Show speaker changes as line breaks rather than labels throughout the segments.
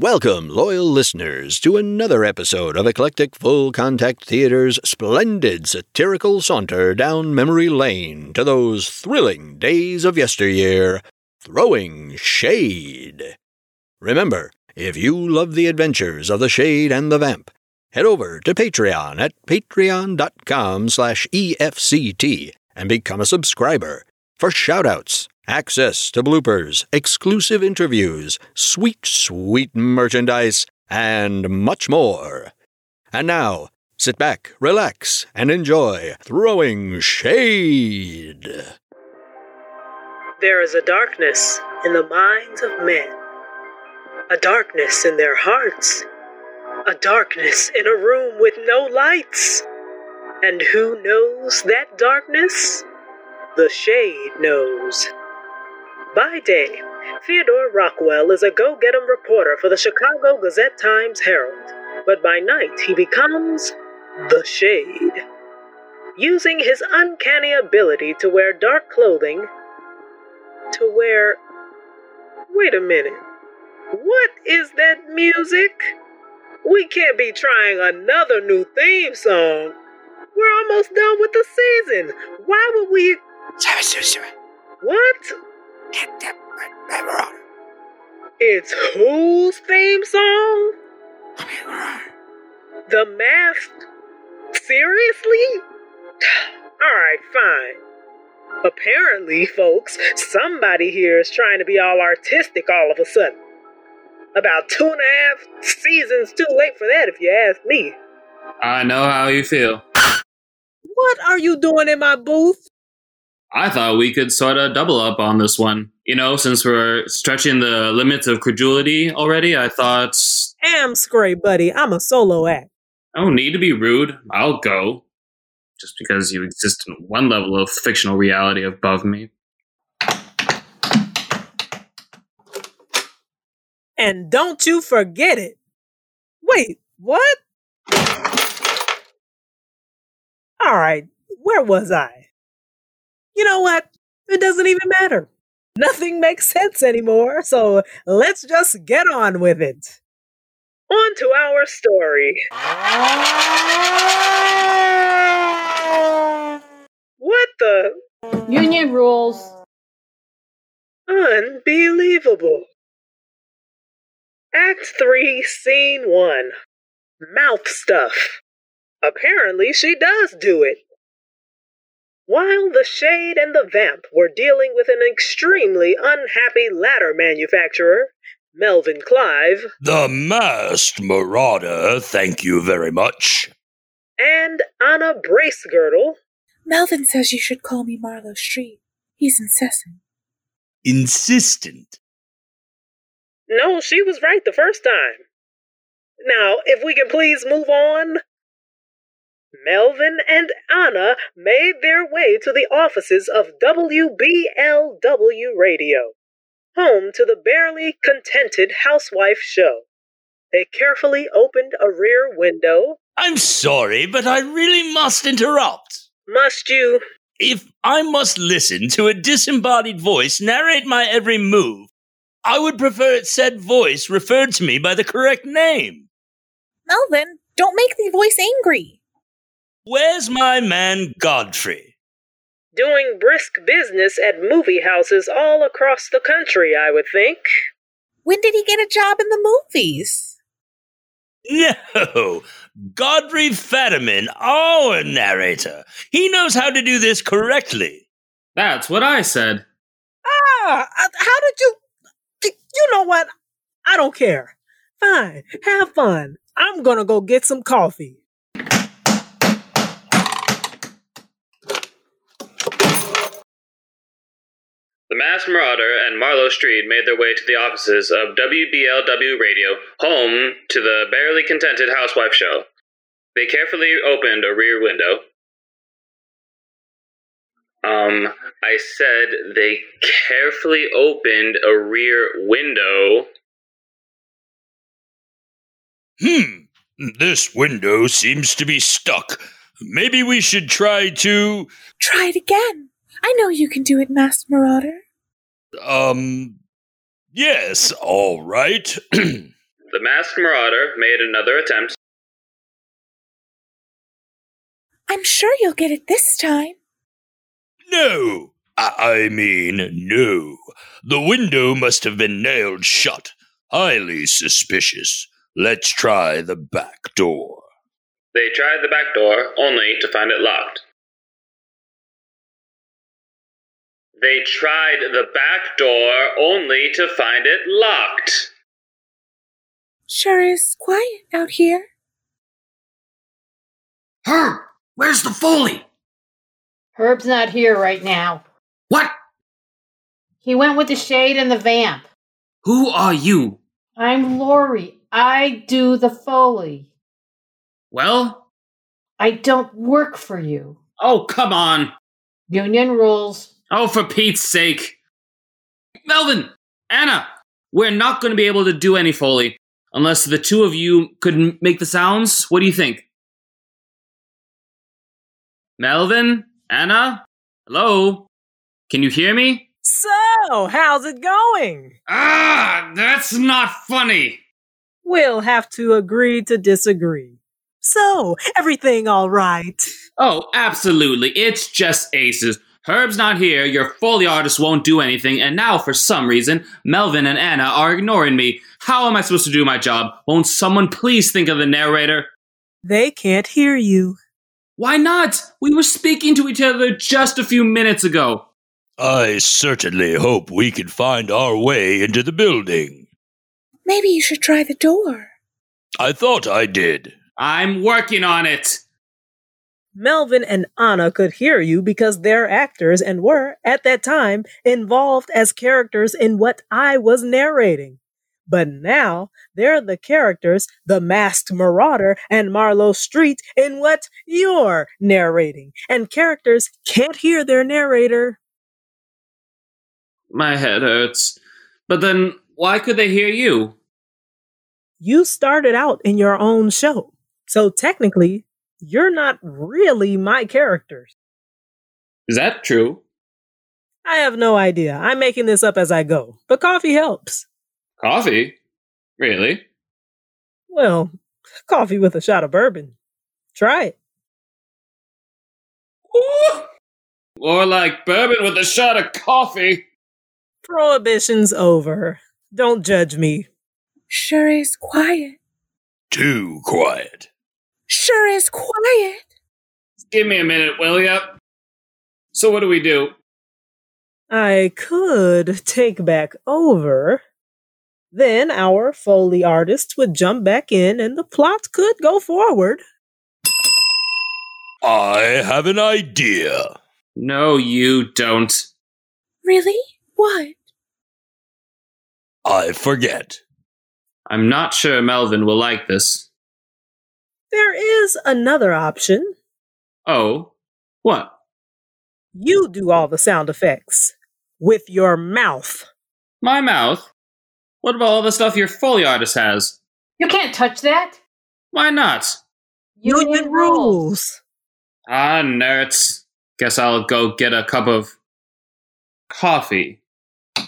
Welcome, loyal listeners, to another episode of Eclectic Full Contact Theater's splendid satirical saunter down memory lane to those thrilling days of yesteryear, throwing shade. Remember, if you love the adventures of the shade and the vamp, head over to Patreon at patreon.com slash E EFCT and become a subscriber for shoutouts, access to bloopers, exclusive interviews, sweet, sweet merchandise, and much more. And now, sit back, relax, and enjoy Throwing Shade.
There is a darkness in the minds of men, a darkness in their hearts, a darkness in a room with no lights. And who knows that darkness? The Shade knows. By day, Theodore Rockwell is a go get 'em reporter for the Chicago Gazette Times Herald, but by night he becomes The Shade. Using his uncanny ability to wear dark clothing, to where. Wait a minute. What is that music? We can't be trying another new theme song. We're almost done with the season. Why would we.
Sorry, sorry, sorry.
What?
That, that, that we're on.
It's whose theme song?
I mean, we're on.
The Mask? Seriously? Alright, fine. Apparently, folks, somebody here is trying to be all artistic all of a sudden. About two and a half seasons too late for that, if you ask me.
I know how you feel.
What are you doing in my booth?
I thought we could sort of double up on this one. You know, since we're stretching the limits of credulity already, I thought,
Am Scray, buddy. I'm a solo act.
I don't need to be rude. I'll go. Just because you exist in one level of fictional reality above me.
And don't you forget it. Wait, what? All right, where was I? You know what? It doesn't even matter. Nothing makes sense anymore, so let's just get on with it. On to our story. What the?
Union rules.
Unbelievable. Act 3, Scene 1 Mouth Stuff. Apparently, she does do it. While the Shade and the Vamp were dealing with an extremely unhappy ladder manufacturer, Melvin Clive,
The masked marauder, thank you very much.
and Anna Bracegirdle,
Melvin says you should call me Marlowe Street. He's incessant.
Insistent.
no, she was right the first time. Now, if we can please move on. Melvin and Anna made their way to the offices of WBLW Radio, home to the barely contented housewife show. They carefully opened a rear window.
I'm sorry, but I really must interrupt.
Must you?
If I must listen to a disembodied voice narrate my every move, I would prefer it said voice referred to me by the correct name.
Melvin, don't make the voice angry.
Where's my man Godfrey?
Doing brisk business at movie houses all across the country, I would think.
When did he get a job in the movies?
No, Godfrey Fetterman, our narrator. He knows how to do this correctly.
That's what I said.
Ah, uh, how did you? You know what? I don't care. Fine, have fun. I'm gonna go get some coffee.
The Masked Marauder and Marlowe Street made their way to the offices of WBLW Radio, home to the barely contented housewife show. They carefully opened a rear window. Um, I said they carefully opened a rear window.
Hmm, this window seems to be stuck. Maybe we should try to,
Try it again. I know you can do it, Master Marauder.
um, yes, all right.
The masked marauder made another attempt,
I'm sure you'll get it this time.
No! I, I mean, no. The window must have been nailed shut. Highly suspicious. Let's try the back door.
They tried the back door, only to find it locked. They tried the back door, only to find it locked.
Sure is quiet out here.
Herb, where's the Foley?
Herb's not here right now.
What?
He went with the shade and the vamp.
Who are you?
I'm Lori. I do the Foley.
Well?
I don't work for you.
Oh, come on.
Union rules.
Oh, for Pete's sake. Melvin, Anna, we're not going to be able to do any Foley unless the two of you could m- make the sounds. What do you think? Melvin, Anna, hello? Can you hear me?
So, how's it going?
Ah, that's not funny.
We'll have to agree to disagree. So, everything all right?
Oh, absolutely. It's just aces. Herb's not here, your Foley artist won't do anything, and now for some reason, Melvin and Anna are ignoring me. How am I supposed to do my job? Won't someone please think of the narrator?
They can't hear you.
Why not? We were speaking to each other just a few minutes ago.
I certainly hope we can find our way into the building.
Maybe you should try the door.
I thought I did.
I'm working on it.
Melvin and Anna could hear you because they're actors and were, at that time, involved as characters in what I was narrating. But now they're the characters, the Masked Marauder and Marlowe Street, in what you're narrating. And characters can't hear their narrator.
My head hurts. But then, why could they hear you?
You started out in your own show. So technically, you're not really my characters.
Is that true?
I have no idea. I'm making this up as I go. But coffee helps.
Coffee? Really?
Well, coffee with a shot of bourbon. Try it.
Ooh! More like bourbon with a shot of coffee.
Prohibition's over. Don't judge me.
Sure is quiet.
Too quiet.
Sure is quiet.
Give me a minute, will ya? So, what do we do?
I could take back over. Then our Foley artist would jump back in and the plot could go forward.
I have an idea.
No, you don't.
Really? What?
I forget.
I'm not sure Melvin will like this.
There is another option.
Oh, what?
You do all the sound effects with your mouth.
My mouth? What about all the stuff your Foley artist has?
You can't touch that.
Why not?
Union rules.
Ah, nerds. Guess I'll go get a cup of coffee.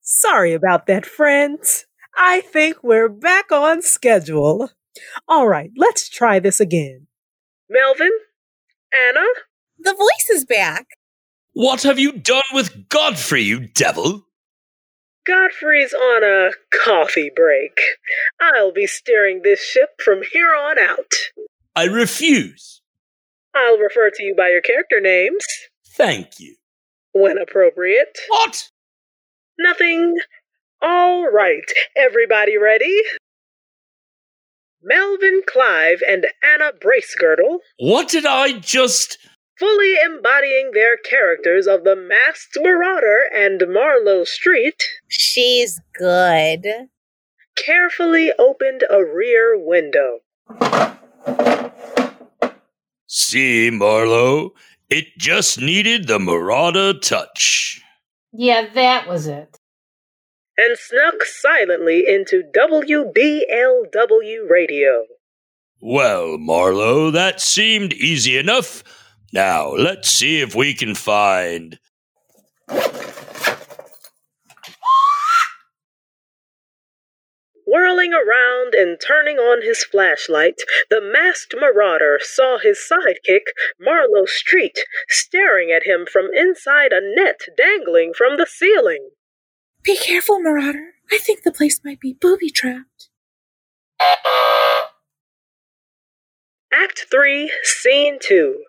Sorry about that, friends. I think we're back on schedule. All right, let's try this again. Melvin? Anna?
The voice is back.
What have you done with Godfrey, you devil?
Godfrey's on a coffee break. I'll be steering this ship from here on out.
I refuse.
I'll refer to you by your character names
Thank you.
when appropriate.
What?
Nothing. All right. Everybody ready? Melvin Clive and Anna Bracegirdle,
What did I just.
fully embodying their characters of the Masked Marauder and Marlowe Street,
She's good.
carefully opened a rear window.
See, Marlowe? It just needed the Marauder touch.
Yeah, that was it.
and snuck silently into WBLW radio.
Well, Marlowe, that seemed easy enough. Now, let's see if we can find
Whirling around and turning on his flashlight, the masked marauder saw his sidekick, Marlowe Street, staring at him from inside a net dangling from the ceiling.
Be careful, Marauder. I think the place might be booby trapped.
Act 3, Scene 2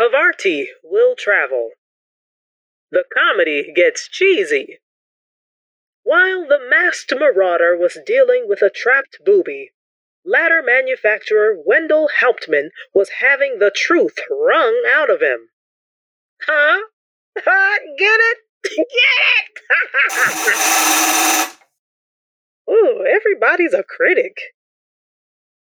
Havarti Will Travel. The comedy gets cheesy. While the masked marauder was dealing with a trapped booby, ladder manufacturer Wendell Hauptman was having the truth wrung out of him. Huh? Huh? Get it? Get it? Ooh, everybody's a critic.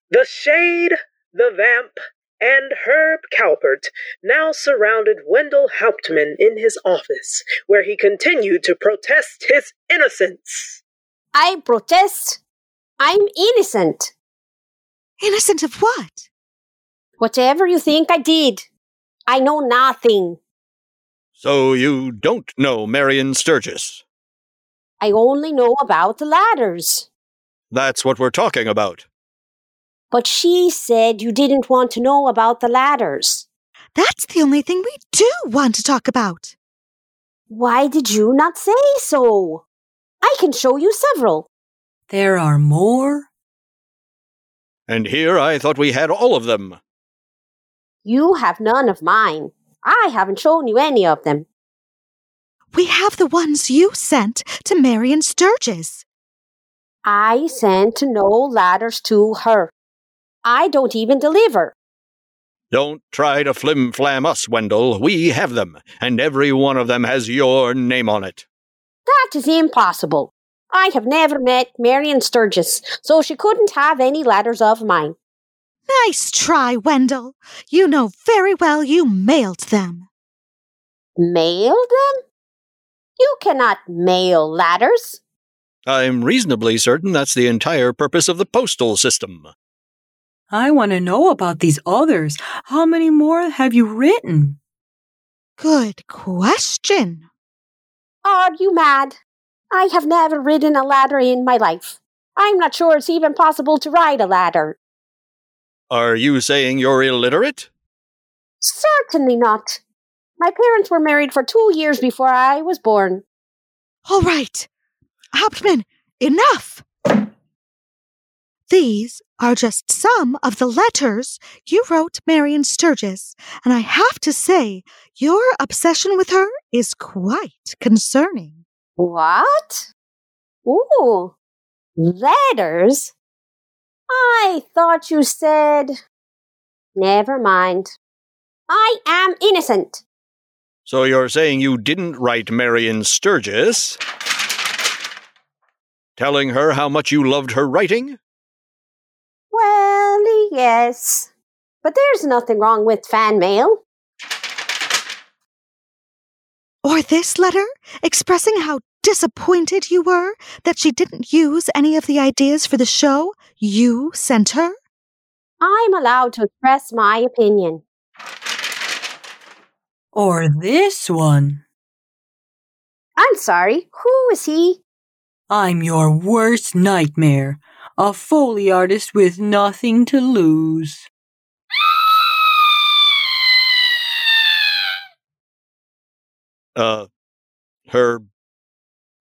The shade, the vamp, and Herb Calpert now surrounded Wendell Hauptman in his office, where he continued to protest his innocence.
I protest. I'm innocent.
Innocent of what?
Whatever you think I did, I know nothing.
So you don't know Marion Sturgis?
I only know about the ladders.
That's what we're talking about.
But she said you didn't want to know about the ladders.
That's the only thing we do want to talk about.
Why did you not say so? I can show you several.
There are more?
And here I thought we had all of them.
You have none of mine. I haven't shown you any of them.
We have the ones you sent to Marion Sturgis.
I sent no ladders to her. I don't even deliver.
Don't try to flim flam us, Wendell. We have them, and every one of them has your name on it.
That is impossible. I have never met Marion Sturgis, so she couldn't have any ladders of mine.
Nice try, Wendell. You know very well you mailed them.
Mailed them? You cannot mail ladders.
I'm reasonably certain that's the entire purpose of the postal system.
I want to know about these others. How many more have you written?
Good question.
Are you mad? I have never ridden a ladder in my life. I'm not sure it's even possible to ride a ladder.
Are you saying you're illiterate?
Certainly not. My parents were married for two years before I was born.
All right. Hauptman, enough! These are just some of the letters you wrote Marion Sturgis, and I have to say, your obsession with her is quite concerning.
What? Ooh, letters? I thought you said. Never mind. I am innocent.
So you're saying you didn't write Marion Sturgis? Telling her how much you loved her writing?
Well, yes. But there's nothing wrong with fan mail.
Or this letter expressing how disappointed you were that she didn't use any of the ideas for the show you sent her?
I'm allowed to express my opinion.
Or this one.
I'm sorry, who is he?
I'm your worst nightmare. A Foley artist with nothing to lose.
Uh, her.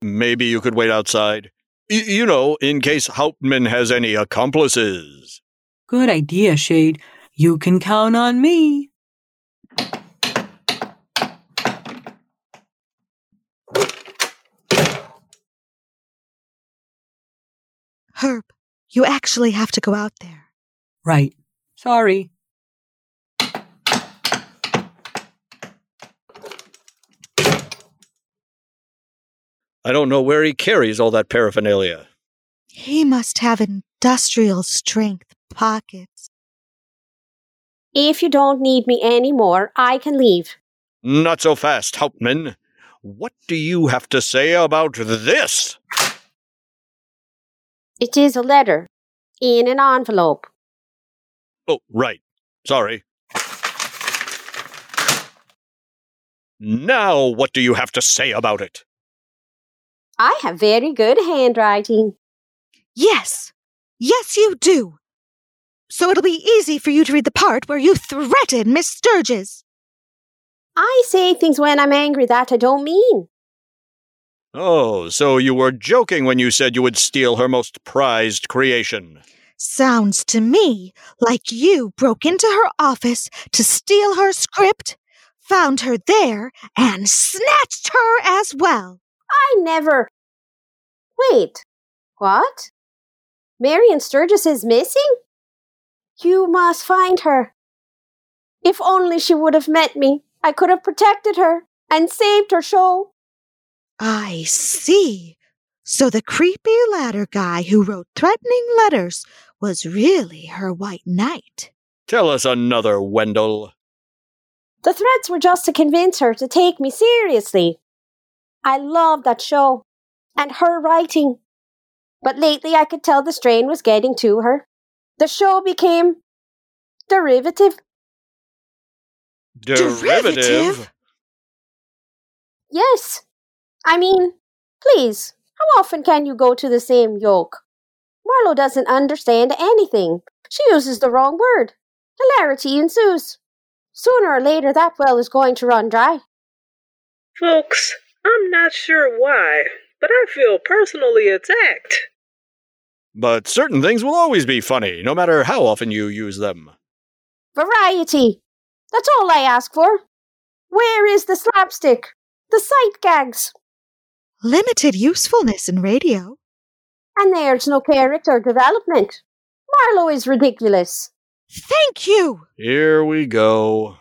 Maybe you could wait outside. Y- you know, in case Hauptman has any accomplices.
Good idea, Shade. You can count on me.
Herb, you actually have to go out there.
Right. Sorry.
I don't know where he carries all that paraphernalia.
He must have industrial strength pockets.
If you don't need me anymore, I can leave.
Not so fast, Hauptman. What do you have to say about this?
It is a letter in an envelope.
Oh, right. Sorry. Now, what do you have to say about it?
I have very good handwriting.
Yes, yes, you do. So it'll be easy for you to read the part where you threaten Miss Sturgis.
I say things when I'm angry that I don't mean.
Oh, so you were joking when you said you would steal her most prized creation.
Sounds to me like you broke into her office to steal her script, found her there, and snatched her as well.
I never. Wait, what? Marian Sturgis is missing? You must find her. If only she would have met me, I could have protected her and saved her show.
I see. So the creepy ladder guy who wrote threatening letters was really her white knight.
Tell us another, Wendell.
The threats were just to convince her to take me seriously. I loved that show and her writing. But lately I could tell the strain was getting to her. The show became derivative.
Derivative?
Yes. I mean, please, how often can you go to the same yoke? Marlowe doesn't understand anything. She uses the wrong word. Hilarity ensues. Sooner or later, that well is going to run dry.
Folks, I'm not sure why, but I feel personally attacked.
But certain things will always be funny, no matter how often you use them.
Variety. That's all I ask for. Where is the slapstick? The sight gags?
Limited usefulness in radio.
And there's no character development. Marlowe is ridiculous.
Thank you!
Here we go.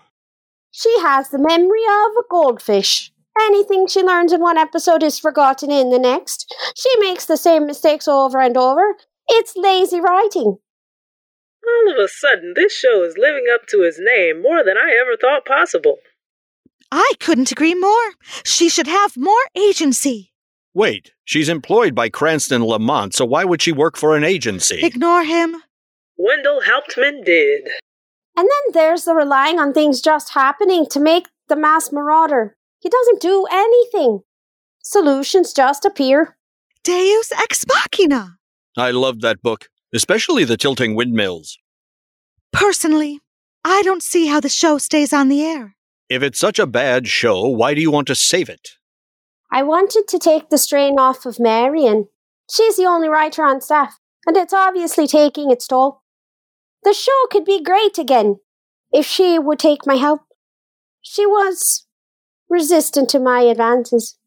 She has the memory of a goldfish. Anything she learns in one episode is forgotten in the next. She makes the same mistakes over and over. It's lazy writing.
All of a sudden, this show is living up to its name more than I ever thought possible.
I couldn't agree more. She should have more agency.
Wait, she's employed by Cranston Lamont, so why would she work for an agency?
Ignore him.
Wendell Hauptman did.
And then there's the relying on things just happening to make the mass marauder. He doesn't do anything. Solutions just appear.
Deus ex machina.
I loved that book, especially the tilting windmills.
Personally, I don't see how the show stays on the air.
If it's such a bad show, why do you want to save it?
I wanted to take the strain off of Marion. She's the only writer on staff, and it's obviously taking its toll. The show could be great again if she would take my help. She was resistant to my advances.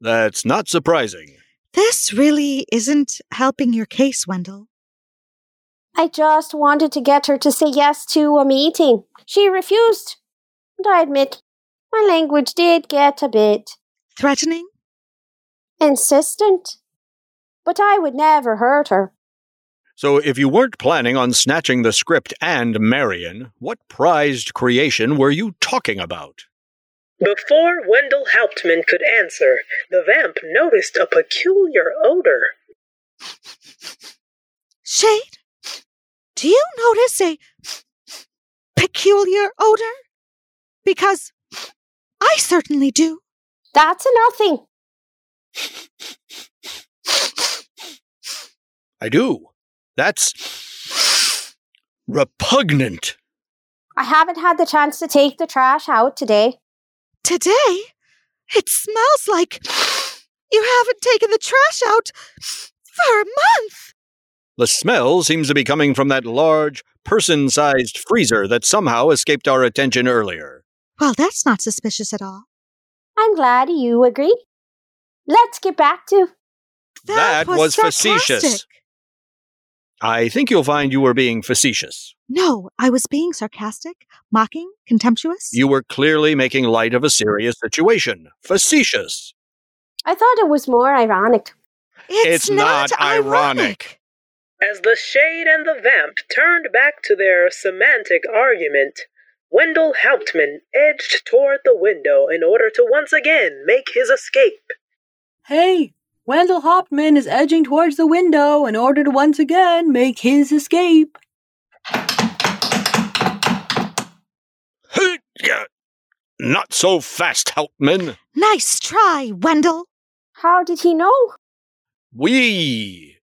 That's not surprising.
This really isn't helping your case, Wendell.
I just wanted to get her to say yes to a meeting. She refused. And I admit, my language did get a bit
threatening,
insistent. But I would never hurt her.
So, if you weren't planning on snatching the script and Marion, what prized creation were you talking about?
Before Wendell Hauptman could answer, the vamp noticed a peculiar odor.
Shade, do you notice a peculiar odor? Because I certainly do.
That's nothing.
I do. That's repugnant.
I haven't had the chance to take the trash out today.
Today? It smells like you haven't taken the trash out for a month.
The smell seems to be coming from that large, person sized freezer that somehow escaped our attention earlier.
Well, that's not suspicious at all.
I'm glad you agree. Let's get back to.
That, that was, was facetious. I think you'll find you were being facetious.
No, I was being sarcastic, mocking, contemptuous.
You were clearly making light of a serious situation. Facetious.
I thought it was more ironic.
It's, it's not, not ironic. ironic.
As the shade and the vamp turned back to their semantic argument, Wendell Hauptman edged toward the window in order to once again make his escape.
Hey, Wendell Hauptman is edging towards the window in order to once again make his escape.
Not so fast, Houtman.
Nice try, Wendell.
How did he know?
We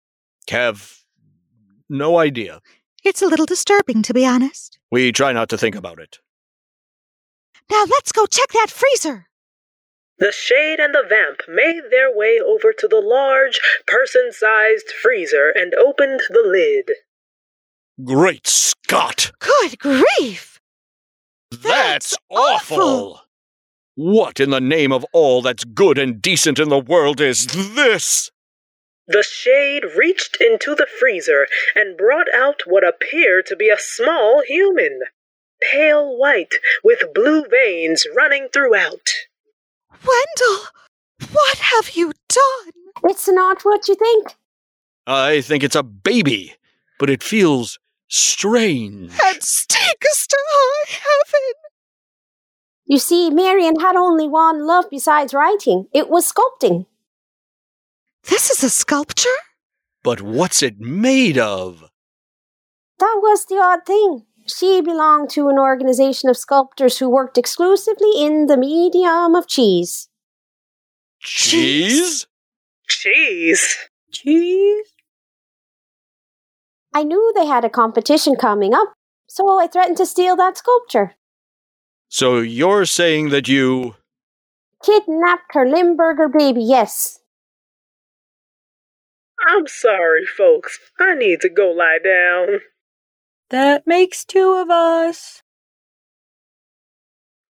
have no idea.
It's a little disturbing, to be honest.
We try not to think about it.
Now let's go check that freezer.
The shade and the vamp made their way over to the large, person sized freezer and opened the lid.
Great Scott!
Good grief!
That's awful! What in the name of all that's good and decent in the world is this?
The shade reached into the freezer and brought out what appeared to be a small human, pale white with blue veins running throughout.
Wendell, what have you done?
It's not what you think.
I think it's a baby, but it feels strange.
And stinkest to high heaven.
You see, Marion had only one love besides writing it was sculpting.
This is a sculpture?
But what's it made of?
That was the odd thing. She belonged to an organization of sculptors who worked exclusively in the medium of cheese.
Cheese?
Cheese.
Cheese?
I knew they had a competition coming up, so I threatened to steal that sculpture.
So you're saying that you.
Kidnapped her Limburger baby, yes.
I'm sorry, folks. I need to go lie down.
That makes two of us.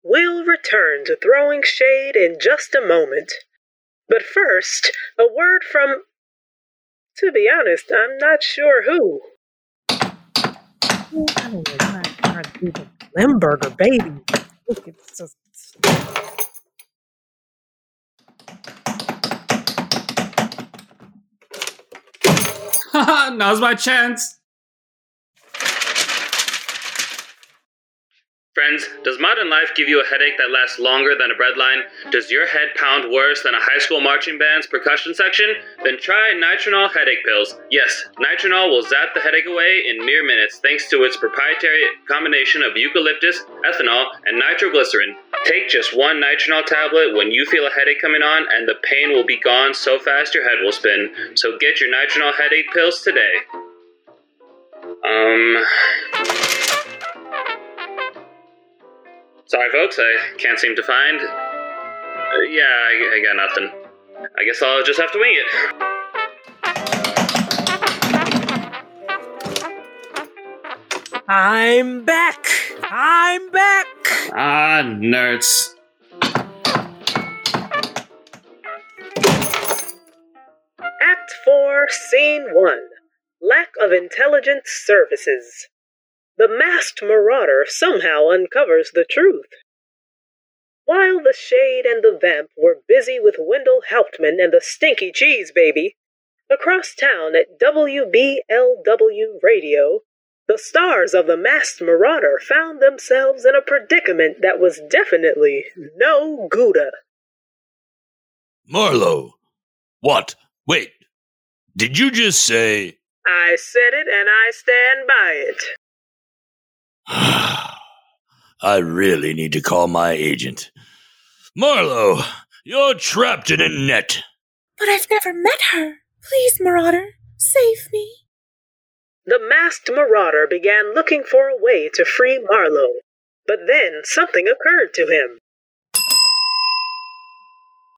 We'll return to throwing shade in just a moment. But first, a word from. To be honest, I'm not sure who.
I don't know why I tried to do the Limburger baby. Look, it's just-
Haha, Now's my chance.
Friends, does modern life give you a headache that lasts longer than a breadline? Does your head pound worse than a high school marching band's percussion section? Then try Nitronol headache pills. Yes, Nitronol will zap the headache away in mere minutes thanks to its proprietary combination of eucalyptus, ethanol, and nitroglycerin. Take just one Nitronol tablet when you feel a headache coming on, and the pain will be gone so fast your head will spin. So get your Nitronol headache pills today. Um. Sorry, folks, I can't seem to find. Uh, yeah, I, I got nothing. I guess I'll just have to wing it.
I'm back. I'm back.
Ah, nerds.
Act 4, Scene 1 Lack of Intelligence Services. The masked marauder somehow uncovers the truth. While the shade and the vamp were busy with Wendell Hauptman and the stinky cheese baby, across town at WBLW Radio, the stars of the masked marauder found themselves in a predicament that was definitely no Gouda.
Marlowe, what? Wait, did you just say.
I said it and I stand by it.
I really need to call my agent. Marlowe, you're trapped in a net.
But I've never met her. Please, Marauder, save me.
The masked marauder began looking for a way to free Marlowe, but then something occurred to him.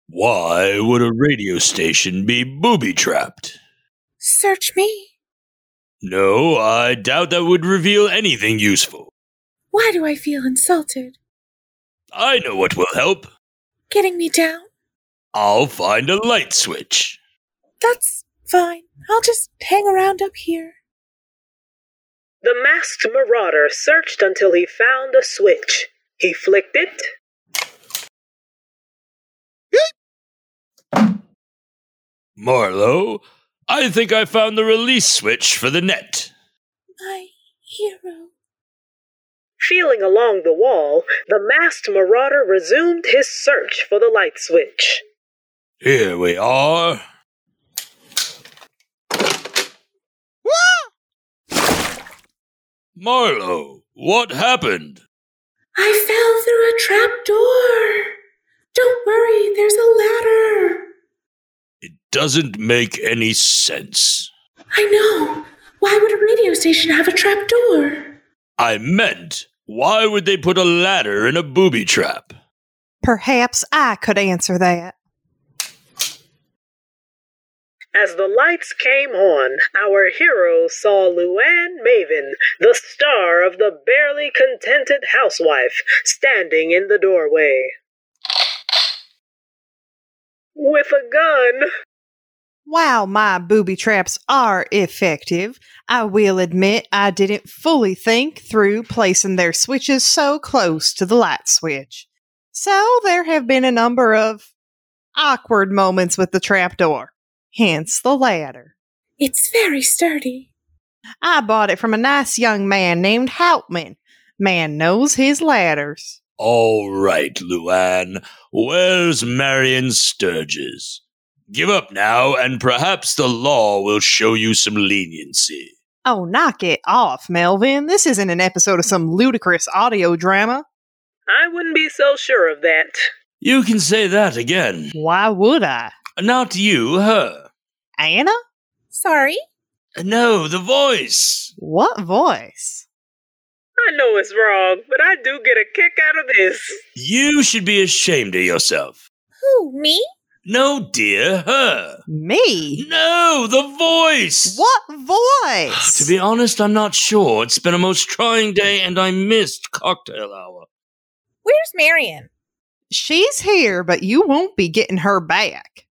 Why would a radio station be booby trapped?
Search me.
No, I doubt that would reveal anything useful.
Why do I feel insulted?
I know what will help.
Getting me down?
I'll find a light switch.
That's fine. I'll just hang around up here.
The masked marauder searched until he found a switch. He flicked it.
Marlowe, I think I found the release switch for the net.
My hero.
Feeling along the wall, the masked marauder resumed his search for the light switch.
Here we are. Marlowe, what happened?
I fell through a trap door. Don't worry, there's a ladder.
Doesn't make any sense.
I know. Why would a radio station have a trap door?
I meant, why would they put a ladder in a booby trap?
Perhaps I could answer that.
As the lights came on, our hero saw Luann Maven, the star of the barely contented housewife, standing in the doorway. With a gun.
While my booby traps are effective, I will admit I didn't fully think through placing their switches so close to the light switch. So there have been a number of awkward moments with the trapdoor, hence the ladder.
It's very sturdy.
I bought it from a nice young man named Houtman. Man knows his ladders.
All right, Luann. Where's Marion Sturges? Give up now, and perhaps the law will show you some leniency.
Oh, knock it off, Melvin. This isn't an episode of some ludicrous audio drama.
I wouldn't be so sure of that.
You can say that again.
Why would I?
Not you, her.
Anna?
Sorry?
No, the voice.
What voice?
I know it's wrong, but I do get a kick out of this.
You should be ashamed of yourself.
Who, me?
No, dear, her.
Me?
No, the voice.
What voice?
to be honest, I'm not sure. It's been a most trying day, and I missed cocktail hour.
Where's Marion?
She's here, but you won't be getting her back.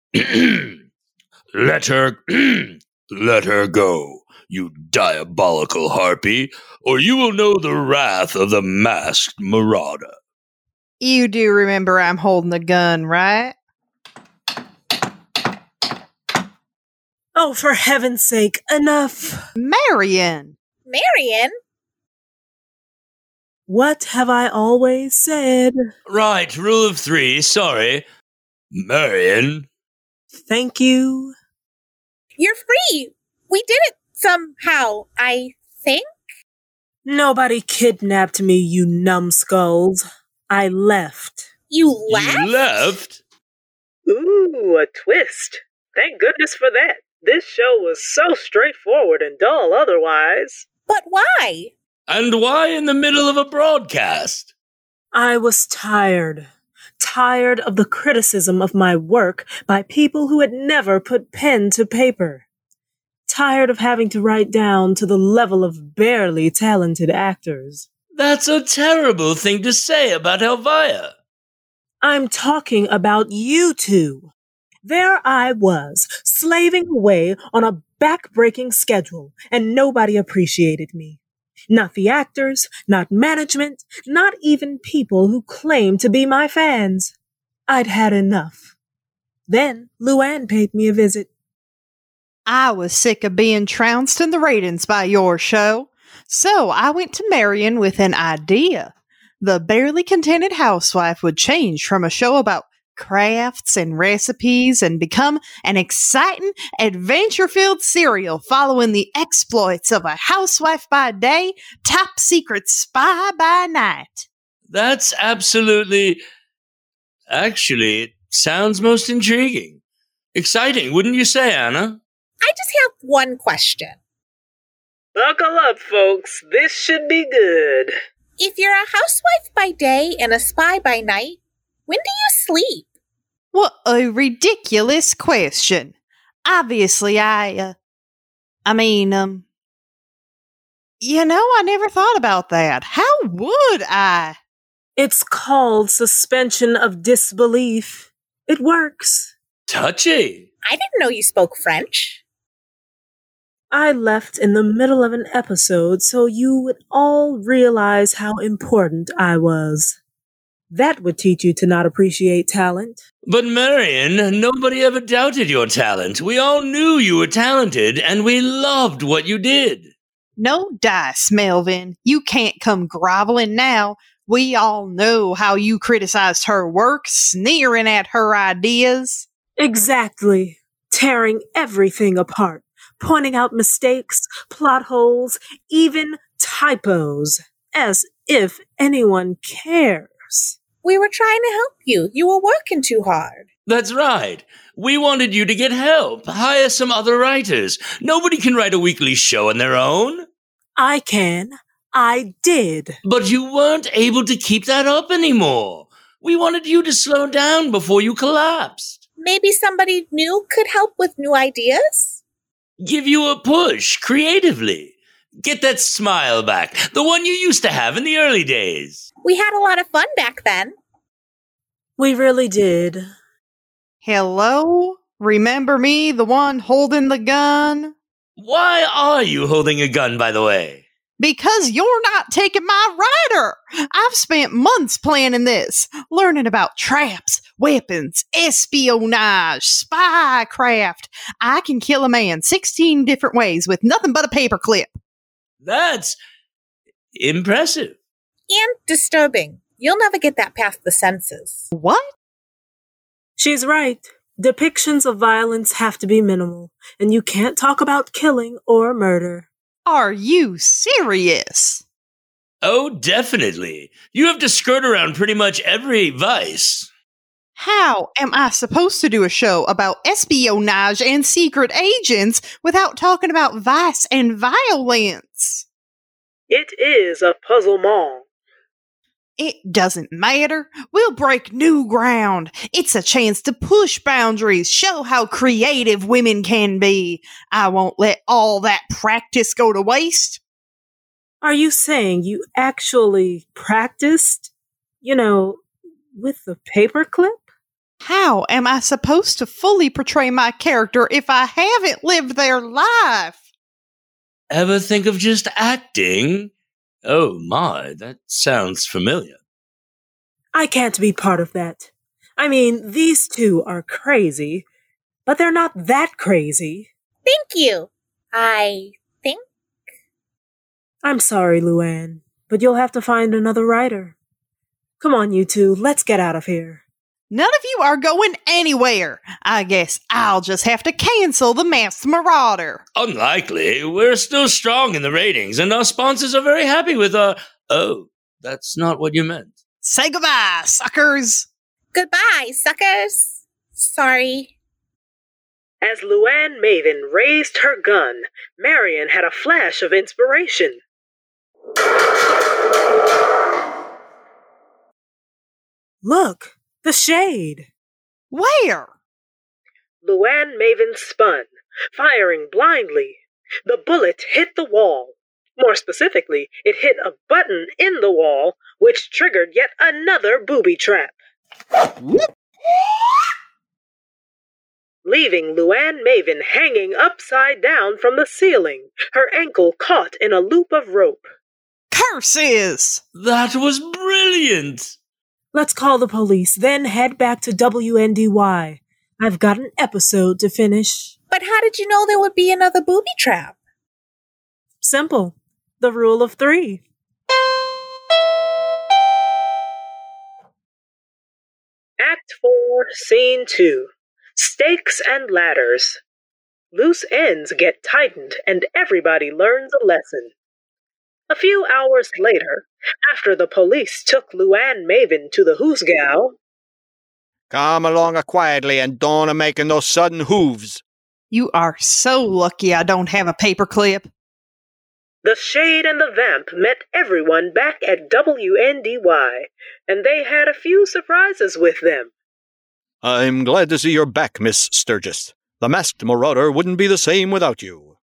let her let her go you diabolical harpy or you will know the wrath of the masked marauder
You do remember I'm holding a gun, right?
Oh, for heaven's sake, enough!
Marion!
Marion?
What have I always said?
right rule of three sorry marion
Thank you.
You're free. We did it somehow, I think.
Nobody kidnapped me, you numbskulls. I left.
You left?
you left
Ooh, a twist. Thank goodness for that. This show was so straightforward and dull otherwise.
But why?
and why in the middle of a broadcast
I was tired. Tired of the criticism of my work by people who had never put pen to paper. Tired of having to write down to the level of barely talented actors.
that's a terrible thing to say about elvira
I'm talking about you two. There I was, slaving away on a back-breaking schedule, and nobody appreciated me. Not the actors, not management, not even people who claimed to be my fans. I'd had enough. Then Luann paid me a visit.
I was sick of being trounced in the ratings by your show, so I went to Marion with an idea. The barely contented housewife would change from a show about crafts and recipes and become an exciting, adventure filled serial following the exploits of a housewife by day, top secret spy by night.
That's absolutely. Actually, it sounds most intriguing. Exciting, wouldn't you say, Anna?
I just have one question.
Buckle up, folks. This should be good.
If you're a housewife by day and a spy by night, when do you sleep?
What a ridiculous question. Obviously, I, uh, I mean, um, you know, I never thought about that. How would I?
It's called suspension of disbelief. It works.
Touchy.
I didn't know you spoke French.
I left in the middle of an episode so you would all realize how important I was. That would teach you to not appreciate talent.
But Marion, nobody ever doubted your talent. We all knew you were talented, and we loved what you did.
No dice, Melvin. You can't come groveling now. We all know how you criticized her work, sneering at her ideas.
Exactly. Tearing everything apart, pointing out mistakes, plot holes, even typos.
as if anyone cares.
We were trying to help you. You were working too hard.
That's right. We wanted you to get help. Hire some other writers. Nobody can write a weekly show on their own.
I can. I did.
But you weren't able to keep that up anymore. We wanted you to slow down before you collapsed.
Maybe somebody new could help with new ideas?
Give you a push creatively. Get that smile back, the one you used to have in the early days.
We had a lot of fun back then.
We really did.
Hello? Remember me, the one holding the gun?
Why are you holding a gun, by the way?
Because you're not taking my rider! I've spent months planning this, learning about traps, weapons, espionage, spycraft. I can kill a man 16 different ways with nothing but a paperclip.
That's impressive.
And disturbing. You'll never get that past the senses.
What?
She's right. Depictions of violence have to be minimal, and you can't talk about killing or murder.
Are you serious?
Oh, definitely. You have to skirt around pretty much every vice.
How am I supposed to do a show about espionage and secret agents without talking about vice and violence?
It is a puzzle mall.
It doesn't matter. We'll break new ground. It's a chance to push boundaries, show how creative women can be. I won't let all that practice go to waste.
Are you saying you actually practiced, you know, with the paperclip?
How am I supposed to fully portray my character if I haven't lived their life?
Ever think of just acting? Oh my, that sounds familiar.
I can't be part of that. I mean, these two are crazy, but they're not that crazy.
Thank you. I think.
I'm sorry, Luann, but you'll have to find another writer. Come on, you two, let's get out of here.
None of you are going anywhere. I guess I'll just have to cancel the Masked Marauder.
Unlikely. We're still strong in the ratings, and our sponsors are very happy with our. Oh, that's not what you meant.
Say goodbye, suckers.
Goodbye, suckers. Sorry.
As Luann Maven raised her gun, Marion had a flash of inspiration.
Look, the shade.
Where?
Luann Maven spun, firing blindly. The bullet hit the wall. More specifically, it hit a button in the wall, which triggered yet another booby trap. Leaving Luann Maven hanging upside down from the ceiling, her ankle caught in a loop of rope.
Curses!
That was brilliant!
Let's call the police, then head back to WNDY. I've got an episode to finish.
But how did you know there would be another booby trap?
Simple. The rule of three.
Act 4, Scene 2 Stakes and Ladders. Loose ends get tightened, and everybody learns a lesson. A few hours later, after the police took Luann Maven to the Hoosgow,
Come along quietly and don't a making those sudden hooves.
You are so lucky I don't have a paperclip.
the Shade and the Vamp met everyone back at WNDY, and they had a few surprises with them.
I'm glad to see you're back, Miss Sturgis. The Masked Marauder wouldn't be the same without you.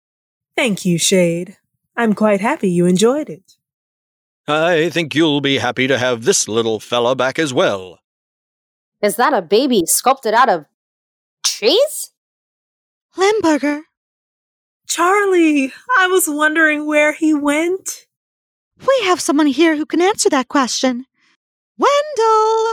Thank you, Shade. I'm quite happy you enjoyed it.
I think you'll be happy to have this little fella back as well.
Is that a baby sculpted out of trees?
Limburger,
Charlie, I was wondering where he went.
we have someone here who can answer that question. Wendell!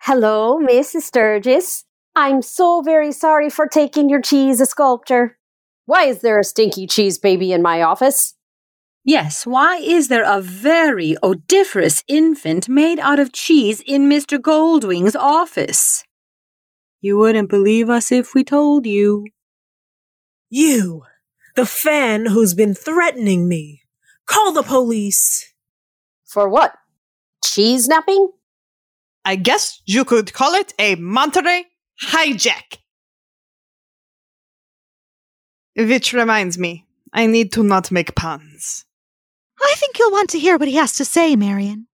Hello, Mrs. Sturgis. I'm so very sorry for taking your cheese sculpture. Why is there a stinky cheese baby in my office?
Yes, why is there a very odoriferous infant made out of cheese in Mr. Goldwing's office? You wouldn't believe us if we told you.
You, the fan who's been threatening me. Call the police.
For what? Cheese napping?
I guess you could call it a Monterey hijack. Which reminds me, I need to not make puns.
I think you'll want to hear what he has to say, Marion.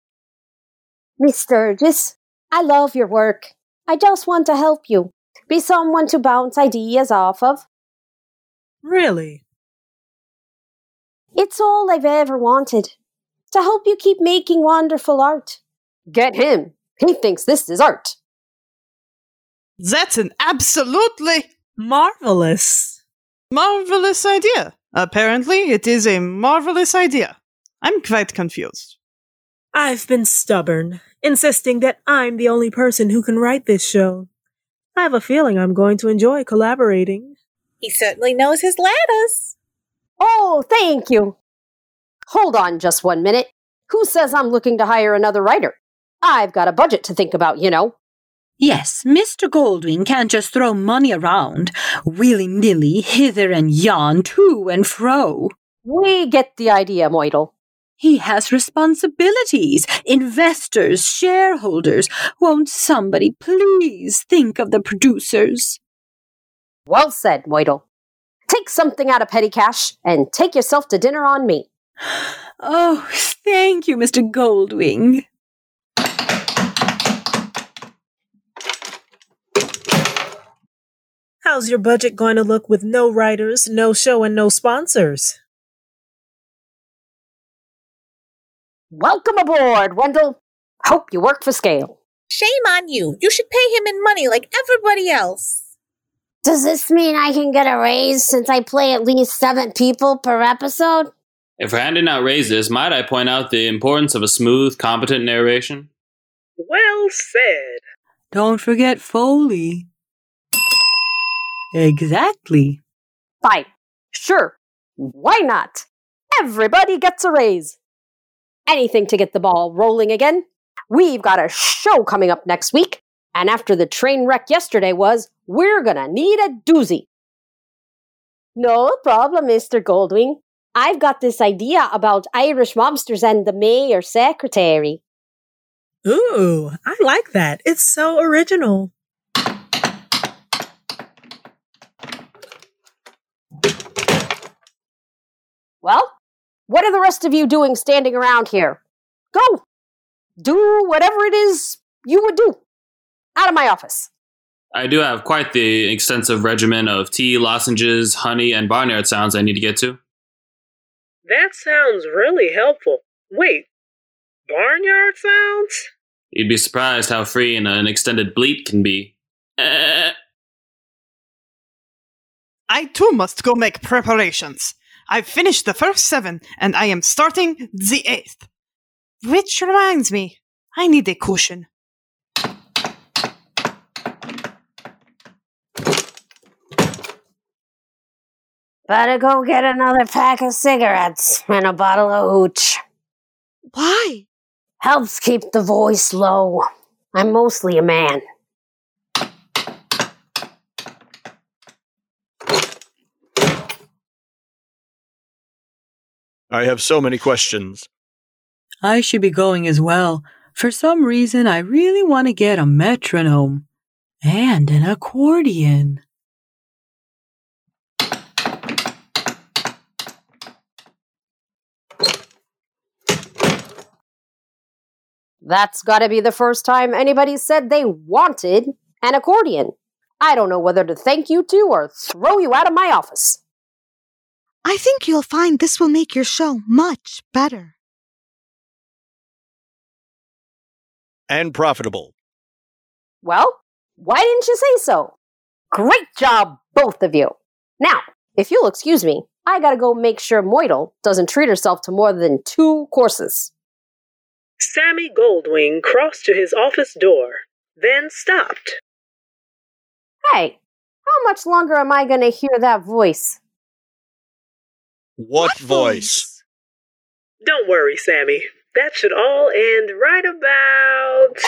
Miss Sturgis, I love your work. I just want to help you. Be someone to bounce ideas off of.
Really?
It's all I've ever wanted. To help you keep making wonderful art. Get him. He thinks this is art.
That's an absolutely
marvelous,
marvelous idea. Apparently, it is a marvelous idea. I'm quite confused.
I've been stubborn, insisting that I'm the only person who can write this show. I have a feeling I'm going to enjoy collaborating.
He certainly knows his lattice.
Oh, thank you. Hold on just one minute. Who says I'm looking to hire another writer? I've got a budget to think about, you know.
Yes, Mr. Goldwing can't just throw money around willy nilly, hither and yon, to and fro.
We get the idea, Moidle.
He has responsibilities, investors, shareholders. Won't somebody please think of the producers?
Well said, Moidle. Take something out of petty cash and take yourself to dinner on me.
Oh, thank you, Mr. Goldwing.
How's your budget going to look with no writers, no show, and no sponsors?
Welcome aboard, Wendell. Hope you work for scale.
Shame on you. You should pay him in money like everybody else.
Does this mean I can get a raise since I play at least seven people per episode?
If we're handing out raises, might I point out the importance of a smooth, competent narration?
Well said.
Don't forget Foley.
Exactly.
Fine. Sure. Why not? Everybody gets a raise. Anything to get the ball rolling again. We've got a show coming up next week, and after the train wreck yesterday was, we're gonna need a doozy.
No problem, Mr. Goldwing. I've got this idea about Irish mobsters and the mayor's secretary.
Ooh, I like that. It's so original.
Well, what are the rest of you doing standing around here? Go! Do whatever it is you would do. Out of my office.
I do have quite the extensive regimen of tea, lozenges, honey, and barnyard sounds I need to get to.
That sounds really helpful. Wait, barnyard sounds?
You'd be surprised how free an, an extended bleat can be. Eh.
I too must go make preparations. I've finished the first seven, and I am starting the eighth. Which reminds me, I need a cushion.
Better go get another pack of cigarettes and a bottle of hooch.
Why?
Helps keep the voice low. I'm mostly a man.
I have so many questions.
I should be going as well. For some reason, I really want to get a metronome and an accordion.
That's gotta be the first time anybody said they wanted an accordion. I don't know whether to thank you two or throw you out of my office.
I think you'll find this will make your show much better.
And profitable.
Well, why didn't you say so? Great job, both of you. Now, if you'll excuse me, I gotta go make sure Moidle doesn't treat herself to more than two courses.
Sammy Goldwing crossed to his office door, then stopped.
Hey, how much longer am I gonna hear that voice?
What, what voice?
Don't worry, Sammy. That should all end right about.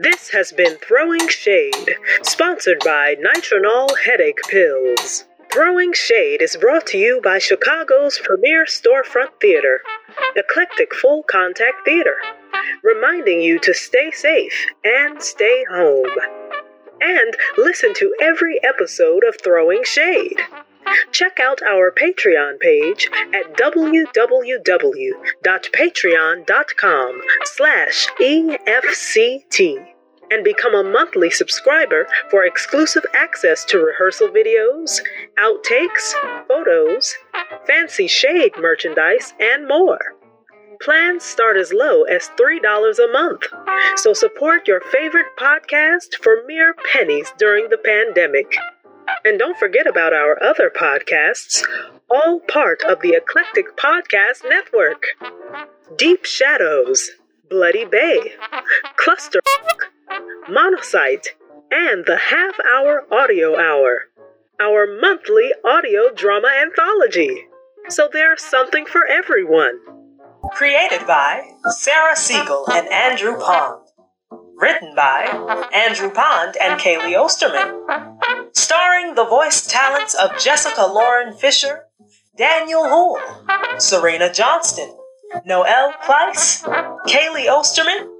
This has been Throwing Shade, sponsored by Nitronol Headache Pills. Throwing Shade is brought to you by Chicago's premier storefront theater, Eclectic Full Contact Theater, reminding you to stay safe and stay home. And listen to every episode of Throwing Shade. Check out our Patreon page at www.patreon.com slash E EFCT and become a monthly subscriber for exclusive access to rehearsal videos, outtakes, photos, fancy shade merchandise, and more. Plans start as low as $3 a month, so support your favorite podcast for mere pennies during the pandemic. And don't forget about our other podcasts, all part of the Eclectic Podcast Network Deep Shadows, Bloody Bay, Cluster. Monocyte, and the Half Hour Audio Hour, our monthly audio drama anthology. So there's something for everyone.
Created by Sarah Siegel and Andrew Pond. Written by Andrew Pond and Kaylee Osterman. Starring the voice talents of Jessica Lauren Fisher, Daniel Houle, Serena Johnston, Noelle Kleiss, Kaylee Osterman,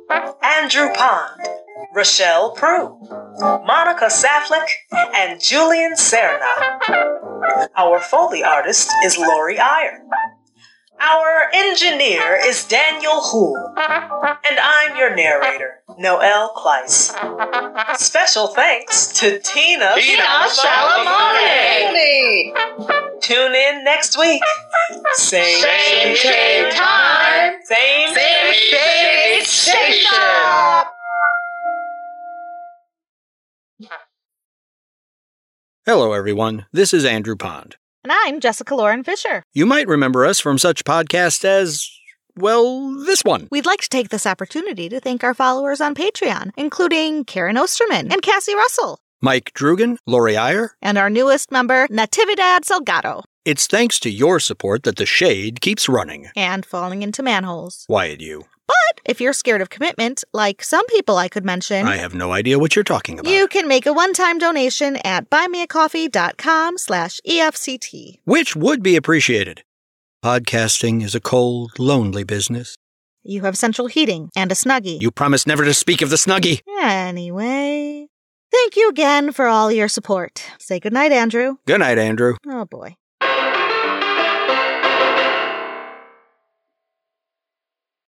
Andrew Pond, Rochelle Prue, Monica Saflick, and Julian Serna. Our Foley artist is Lori Iyer. Our engineer is Daniel Hool. And I'm your narrator, Noelle Kleiss. Special thanks to Tina,
Tina Shalamoni.
Tune in next week. Same,
Same, same time.
Same,
Same, same station.
Hello, everyone. This is Andrew Pond.
And I'm Jessica Lauren Fisher.
You might remember us from such podcasts as, well, this one.
We'd like to take this opportunity to thank our followers on Patreon, including Karen Osterman and Cassie Russell,
Mike Drugan, Lori Iyer.
and our newest member, Natividad Salgado,
It's thanks to your support that the shade keeps running.
and falling into manholes.
Wyatt, you.
But if you're scared of commitment, like some people I could mention,
I have no idea what you're talking about.
you can make a one-time donation at buymeacoffee.com slash E EFCT.
Which would be appreciated. Podcasting is a cold, lonely business.
You have central heating and a snuggie.
You promised never to speak of the Snuggie.
Anyway, thank you again for all your support. Say goodnight, Andrew.
Good night, Andrew.
Oh boy.